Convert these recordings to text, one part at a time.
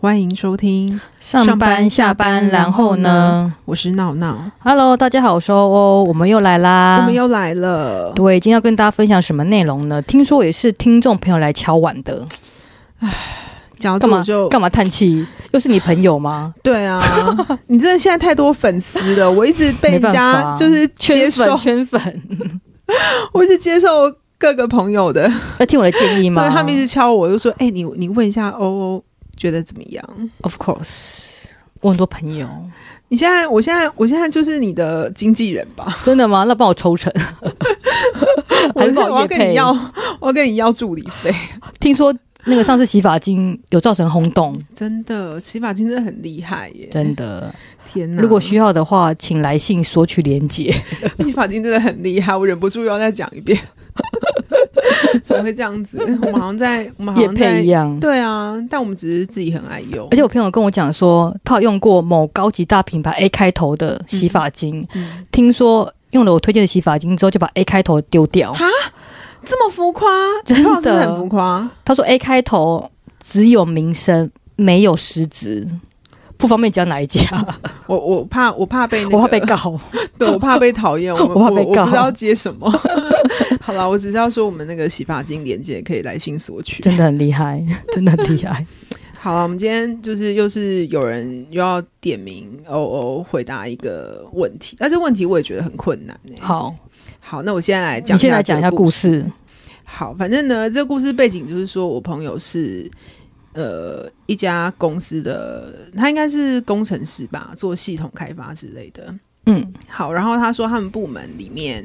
欢迎收听，上班下班，然后呢我是闹闹， ？Hello，大家好，我是欧欧，我们又来啦。我们又来了。啊对，今天要跟大家分享什么内容呢？听说也是听众朋友来敲碗的，讲到干这嘛我就干嘛叹气？又是你朋友吗？对啊， 你真的现在太多粉丝了，我一直被人没办家法啊就是 接圈粉，受，圈粉，我是接受各个朋友的，要听我的建议对吗？他们一直敲我，就说：“哎、你你问一下欧欧觉得怎么样 Of course，我很多朋友，？”你现在，我现在，我现在就是你的经纪人吧？真的吗？那帮我抽成，我 还是 帮我要业跟你配要，我要跟你要助理费，听说那个上次洗发精有造成轰动，真的，洗发精真的很厉害耶！真的。天哪，如果需要的话，请来信索取连结。洗发精真的很厉害，我忍不住又要再讲一遍。 怎么会这样子？我们好像在，我们好叶像在配一，样。对啊，但我们只是自己很爱用，而且我朋友跟我讲说，他有用过某高级大品牌 A 开头的洗发精，嗯听说用了我推荐的洗发精之后，就把 A 开头丢掉。这么浮夸，真的你看我是不是很浮夸。他说 A 开头只有名声，没有实质。不方便讲哪一家，我我怕我怕被、那个，我怕被， 告。对我怕被讨厌，我们我怕被我告不知道接什么。 好了，我只是要说我们那个洗发精链接可以来信索取。真的很厉害，真的很厉害。好了，我们今天就是又是有人又要点名欧欧回答一个问题，但这问题我也觉得很困难、欸。好，好，那我现在来你讲，现在讲一下故事。事。好，反正呢，这个故事背景就是说我朋友是呃一家公司的，他应该是工程师吧，做系统开发之类的。嗯，好，然后他说他们部门里面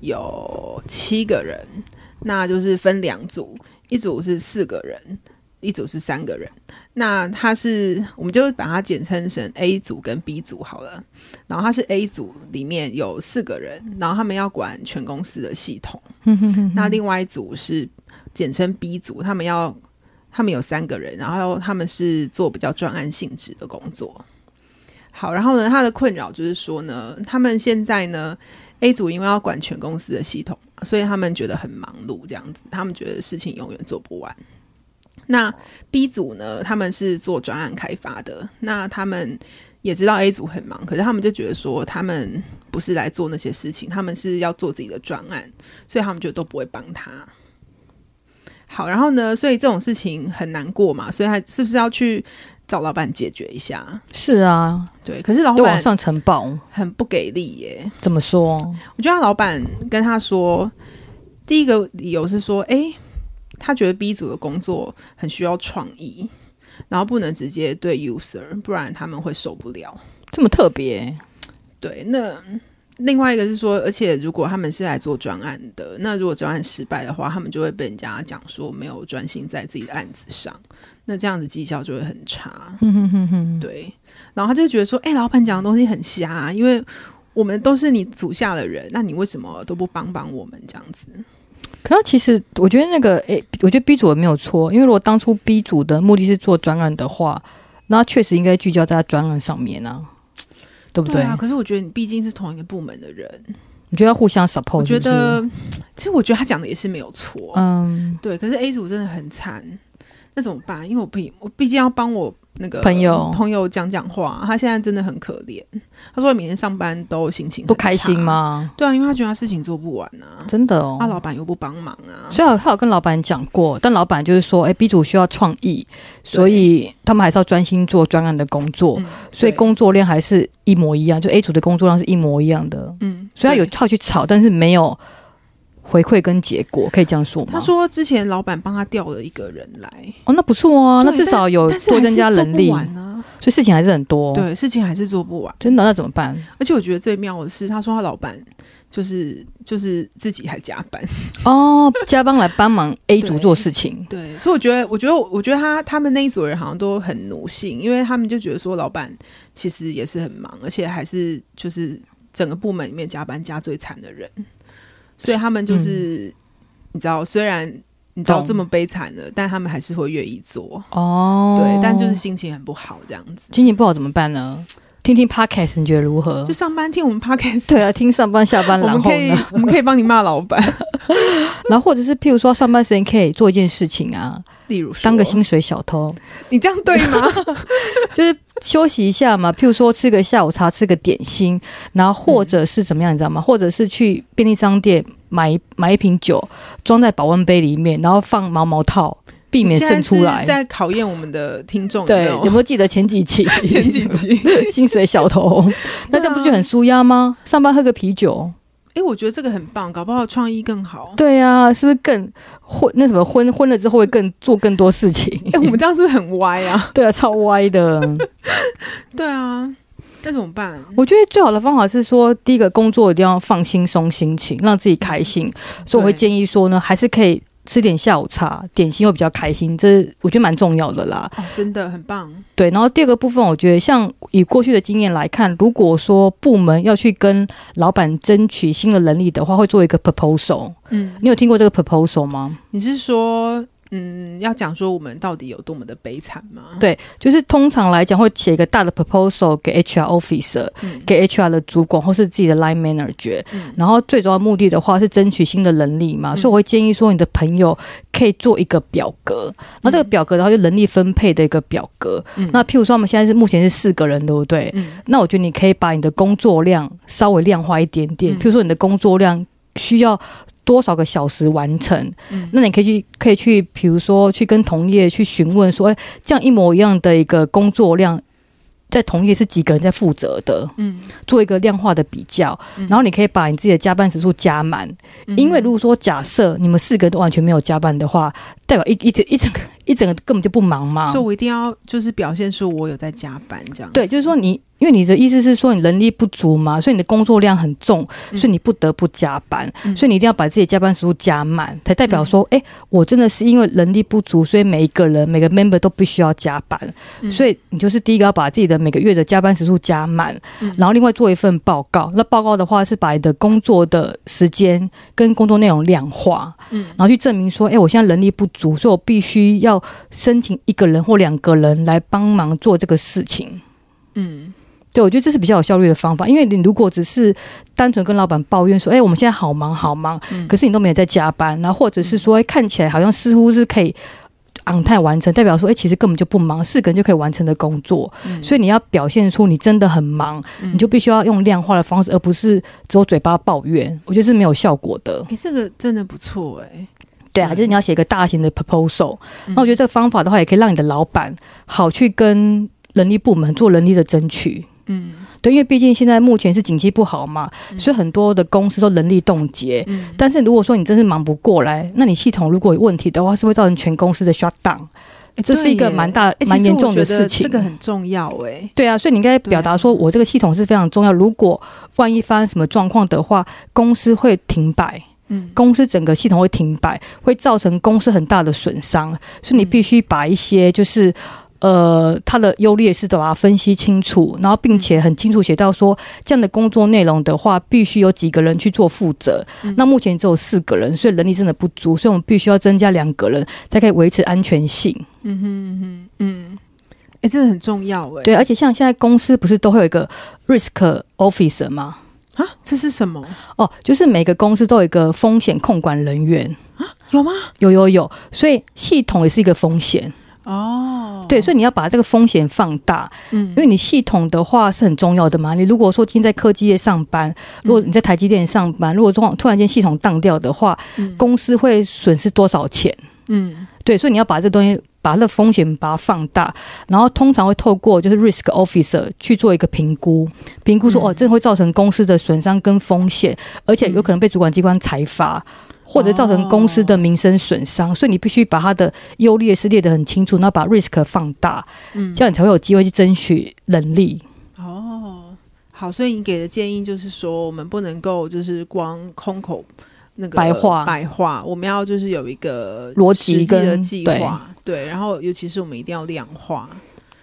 有七个人，那就是分两组，一组是四个人，一组是三个人。那他是，我们就把它简称成 A 组跟 B 组好了。然后他是 A 组里面有四个人，然后他们要管全公司的系统。嗯那另外一组是简称 B 组，他们要他们有三个人，然后他们是做比较专案性质的工作。好，然后呢，他的困扰就是说呢，他们现在呢，A 组因为要管全公司的系统，所以他们觉得很忙碌，这样子，他们觉得事情永远做不完。那 B 组呢，他们是做专案开发的，那他们也知道 A 组很忙，可是他们就觉得说，他们不是来做那些事情，他们是要做自己的专案，所以他们就都不会帮他。好，然后呢，所以这种事情很难过嘛，所以他是不是要去找老板解决一下？是啊，对，可是老要往板上呈报。很不给力耶。怎么说？我觉得他老板跟他说，第一个理由是说，诶，他觉得 B 组的工作很需要创意，然后不能直接对 user，不然他们会受不了。这么特别？对，那另外一个是说，而且如果他们是来做专案的，那如果专案失败的话，他们就会被人家讲说没有专心在自己的案子上，那这样子绩效就会很差。哼嗯哼哼哼，对，然后他就觉得说，哎、老板讲的东西很瞎、啊，因为我们都是你属下的人，那你为什么都不帮帮我们这样子？可是其实我觉得那个诶，我觉得 B 组也没有错，因为如果当初 B 组的目的是做专案的话，那确实应该聚焦在专案上面啊，对不对？啊，可是我觉得你毕竟是同一个部门的人，你觉得要互相我 support，觉哦是不是得其实我觉得他讲的也是没有错。嗯，对，可是 A 组真的很惨，那怎么办？因为我毕我毕竟要帮我那个朋友朋友讲讲话，他现在真的很可怜。他说每天上班都心情很不开心差？吗？对啊，因为他觉得他事情做不完啊，真的哦他、。老板又不帮忙啊。虽然他有跟老板讲过，但老板就是说，哎、b 组需要创意，所以他们还是要专心做专案的工作，嗯所以对工作量还是一模一样，就 A 组的工作量是一模一样的。嗯，虽然有对。靠去吵，但是没有回馈跟结果，可以这样说吗？他说之前老板帮他调了一个人来，哦，那不错啊，对那至少有但是多还增是加做人不力，哦完啊。所以事情还是很多。，对，事情还是做不完。真的那怎么 办？而且我觉得最妙的是，他说他老板就是就是自己还加班。哦，加班来帮忙 A 组对做事情，对，所以我觉得，我觉得，我觉得他他们那一组人好像都很奴性，因为他们就觉得说，老板其实也是很忙，而且还是就是整个部门里面加班加最惨的人，所以他们就是、你知道，虽然你知道嗯懂这么悲惨了，但他们还是会愿意做，哦，对，但就是心情很不好这样子，心情不好怎么办呢？听听 podcast 你觉得如何就？上班听我们 podcast，对啊，听上班下班，我然们后可以呢？我们可以帮你骂老板，然后或者是譬如说上班时间可以做一件事情啊，例如说当个薪水小偷，你这样对吗？就是休息一下嘛。譬如说吃个下午茶，吃个点心，然后或者是怎么样，你嗯知道吗？或者是去便利商店买一买一瓶酒，装在保温杯里面，然后放毛毛套，避免渗出你现在是来。在考验我们的听众有没对，有有没有记得前几期？ 前几啊集。 薪水小偷，那这样不就很舒压吗？上班喝个啤酒，哎，我觉得这个很棒，搞不好创意更 好。对啊，是不是更婚那什么婚婚了之后会更做更多事情？ 哎，我们这样是不是很歪啊？对啊，超歪的。 对啊，那怎么办？哦我觉得最好的方法是说，第一个工作一定要放轻松心情，让自己开心。所以我会对建议说呢，还是可以吃点下午茶，点心会比较开心，这是我觉得蛮重要的啦。哦，真的很棒。对，然后第二个部分，我觉得像以过去的经验来看，如果说部门要去跟老板争取新的能力的话，会做一个 proposal。嗯，你有听过这个 proposal 吗？你是说，嗯，要讲说我们到底有多么的悲惨吗？对，就是通常来讲会写一个大的 proposal 给 HR officer，嗯给 HR 的主管或是自己的 line manager，、嗯然后最主要目的的话是争取新的能力嘛，嗯所以我会建议说你的朋友可以做一个表格，那这个表格的话就人力分配的一个表格。嗯那譬如说我们现在是目前是四个人，对不对？嗯那我觉得你可以把你的工作量稍微量化一点点，嗯譬如说你的工作量需要多少个小时完成，嗯那你可以去可以去，比如说去跟同业去询问说，哎，这样一模一样的一个工作量。在同业是几个人在负责的，嗯，做一个量化的比较，嗯然后你可以把你自己的加班时数加满，嗯因为如果说假设你们四个都完全没有加班的话，代表一一整一整个一整个根本就不忙嘛所以。我一定要就是表现出我有在加班这样。啊对，就是说你，因为你的意思是说你能力不足嘛，所以你的工作量很重，嗯所以你不得不加班，嗯所以你一定要把自己的加班时数加满，才代表说，哎、我真的是因为能力不足，所以每一个人每个 member 都必须要加班，嗯所以你就是第一个要把自己的每个月的加班时数加满，嗯然后另外做一份报告。那报告的话是把你的工作的时间跟工作内容量化，嗯然后去证明说，哎，我现在能力不足，所以我必须要申请一个人或两个人来帮忙做这个事情。嗯对，我觉得这是比较有效率的方法，因为你如果只是单纯跟老板抱怨说，哎，我们现在好忙好忙，嗯可是你都没有在加班，然后或者是说，哎，看起来好像似乎是可以。昂泰完成，代表说，哎、其实根本就不忙，四个人就可以完成的工作，嗯所以你要表现出你真的很忙，嗯你就必须要用量化的方式，而不是只有嘴巴抱怨。我觉得是没有效果的。哎、这个真的不错哎、对啊，嗯就是你要写一个大型的 proposal、嗯那我觉得这个方法的话，也可以让你的老板好去跟人力部门做人力的争取。嗯对，因为毕竟现在目前是景气不好嘛，嗯所以很多的公司都人力冻结。嗯但是如果说你真是忙不过来，那你系统如果有问题的话，是会造成全公司的 shut down，诶这是一个嗯对耶蛮大诶、蛮其实严我重的觉得事情这个很重要哎、对啊，所以你应该表达说，我这个系统是非常重要。如果万一发生什么状况的话，公司会停摆，嗯公司整个系统会停摆，会造成公司很大的损伤。所以你必须把一些就是。呃，它的优劣势都把它分析清楚，然后并且很清楚写到说，这样的工作内容的话，必须有几个人去做负责。嗯那目前只有四个人，所以人力真的不足，所以我们必须要增加两个人，才可以维持安全性。嗯哼嗯哼嗯，哎、这个很重要哎、对，而且像现在公司不是都会有一个 risk officer 吗？啊，这是什么？哦，就是每个公司都有一个风险控管人员，有吗？有有有，所以系统也是一个风险，哦，对，所以你要把这个风险放大，嗯因为你系统的话是很重要的嘛。你如果说今天在科技业上班，如果你在台积电上班，如果突然突然间系统当掉的话，嗯公司会损失多少钱？嗯对，所以你要把这东西。把它的风险把它放大，然后通常会透过就是 risk officer 去做一个评估，评估说、嗯哦，这会造成公司的损伤跟风险，而且有可能被主管机关裁罚，或者造成公司的名声损伤，所以你必须把它的优劣势列得很清楚，然后把 risk 放大，嗯这样你才会有机会去争取能力。哦，好，所以你给的建议就是说，我们不能够就是光空口那个白话白话，我们要就是有一个逻辑实际的跟计划，对，然后尤其是我们一定要量化，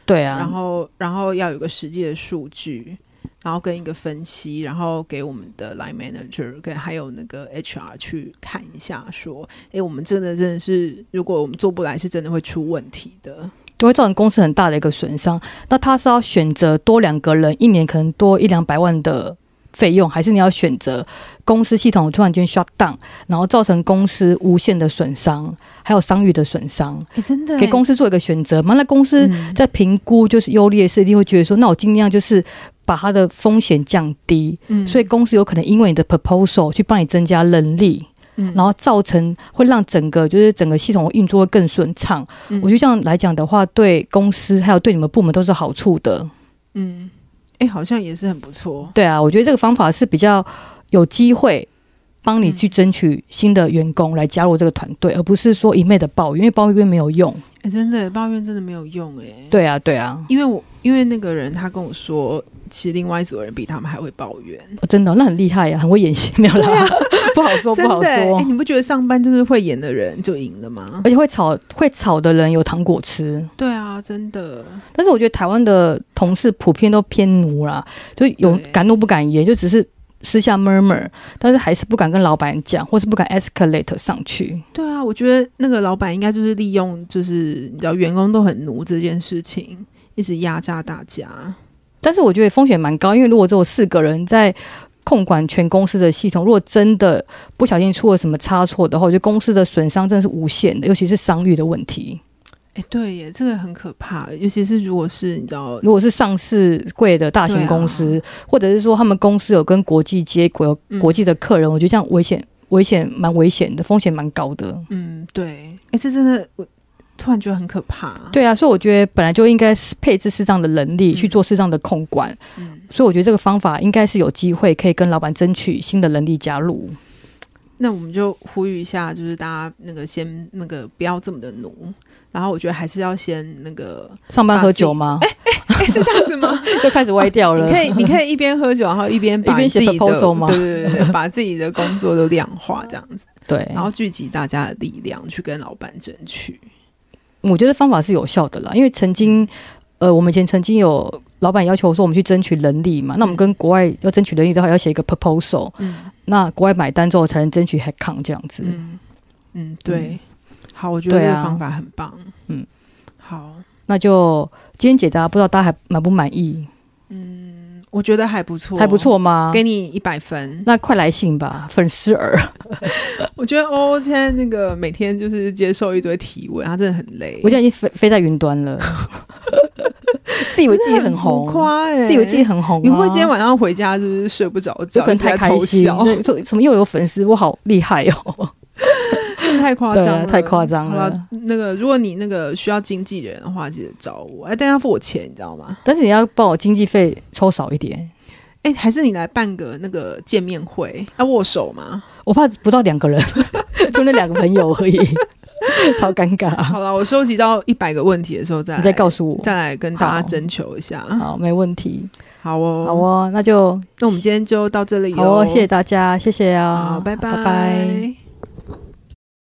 对然啊，后然后要有一个实际的数据。然后跟一个分析，然后给我们的 line manager 跟还有那个 HR 去看一下，说，哎，我们真的真的是，如果我们做不来，是真的会出问题的。就会造成公司很大的一个损伤。那他是要选择多两个人，一年可能多一两百万的费用，还是你要选择公司系统突然间 shut down，然后造成公司呃无限的损伤，还有商誉的损伤，哎、真的给公司司做一个选择嘛？那公嗯司在评估就是优劣势，一定会觉得说，那我尽量就是呃把它的风险降低，嗯所以公司有可能因为你的 proposal 去帮你增加能力，嗯然后造成会让整个就是整个系统运作会更顺畅。嗯我觉得这样来讲的话，对公司还有对你们部门都是好处的。嗯，哎、好像也是很不错。哦对啊，我觉得这个方法是比较有机会帮你嗯去争取新的员工来加入这个团队，而不是说一昧的抱怨，因为抱怨没有用。哎、真的抱怨真的没有用哎、诶对啊，对啊，因为我因为那个人他跟我说，其实另外一组人比他们还会抱怨，哦真的哦、那很厉害呀、很会演戏，没有啦， 不好说，不真好的、诶说诶。你不觉得上班就是会演的人就赢了吗？而且会吵会吵的人有糖果吃，对啊，真的，但是我觉得台湾的同事普遍都偏奴啦，就有对敢怒不敢言，就只是私下 murmur，但是还是不敢跟老板讲，或是不敢 escalate 上去。对啊，我觉得那个老板应该就是利用，就是你知道员工都很奴这件事情，一直压榨大家。但是我觉得风险蛮高，因为如果只有四个人在控管全公司的系统，如果真的不小心出了什么差错的话，我觉得公司的损伤真的是无限的，尤其是商誉的问题。哎，对耶，这个很可怕，尤其是如果是你知道，如果是上市贵的大型公司，或者是说他们公司有跟国际接轨、有嗯国际的客人，我觉得这样危险。危险蛮危险的，风险蛮高的。嗯，对，哎，这真的我突然觉得很可怕。，对啊，所以我觉得本来就应该是配置适当的能力嗯去做适当的控管，嗯，所以我觉得这个方法应该是有机会可以跟老板争取新的能力加入。那我们就呼吁一下，就是大家那个先那个不要这么的奴，然后我觉得还是要先那 个，上班喝酒吗？哎，是这样子 吗？ 又开始歪掉你 了。可以，你可以一边喝酒，然后一边把一边写自己的 proposal 吗 对对对对，把自己的工作都量化这样子，对，然后聚集大家的力量去跟老板争取。我觉得方法是有效的啦，因为曾嗯经，呃，我们以前曾经有老板要求说我们去争取能力嘛，那我们跟国外要争取能力的话，要写一个 proposal，嗯那国外买单之后才能争取 headcount 这样子。嗯嗯，对，好，我觉得对这啊个方法很棒。嗯，好，那就今天解答，不知道大家还满不满意？我觉得还不错，还不，错吗？给你一百分。那快来信吧，粉丝儿。 我觉得哦，现在那个每天就是接受一堆提问，他真的很累，我现在已经飞飞在云端 了，自以为自己很浮红，夸哎，自以为自己很红、啊。你会不会今天晚上回家就是睡不着有觉，可能一直在太开偷心，笑对，说什么又有粉丝，我好厉害哦！太夸张对了，啊太夸张了好啦。那个，如果你那个需要经纪人的话，记得找我。哎，但要付我钱，你知道吗？但是你要帮我经济费抽少一点，哎，还是你来办个那个见面会，要握手吗？我怕不到两个人， 就那两个朋友 而已，超尴尬。好了，我收集到一百个问题的时候再你再告诉，诉我，再来跟大好家征求一下。好，没问题，好哦，好哦，那就哦那我们今天就到这里好哦，谢谢大家，谢谢啊，好，拜拜拜。拜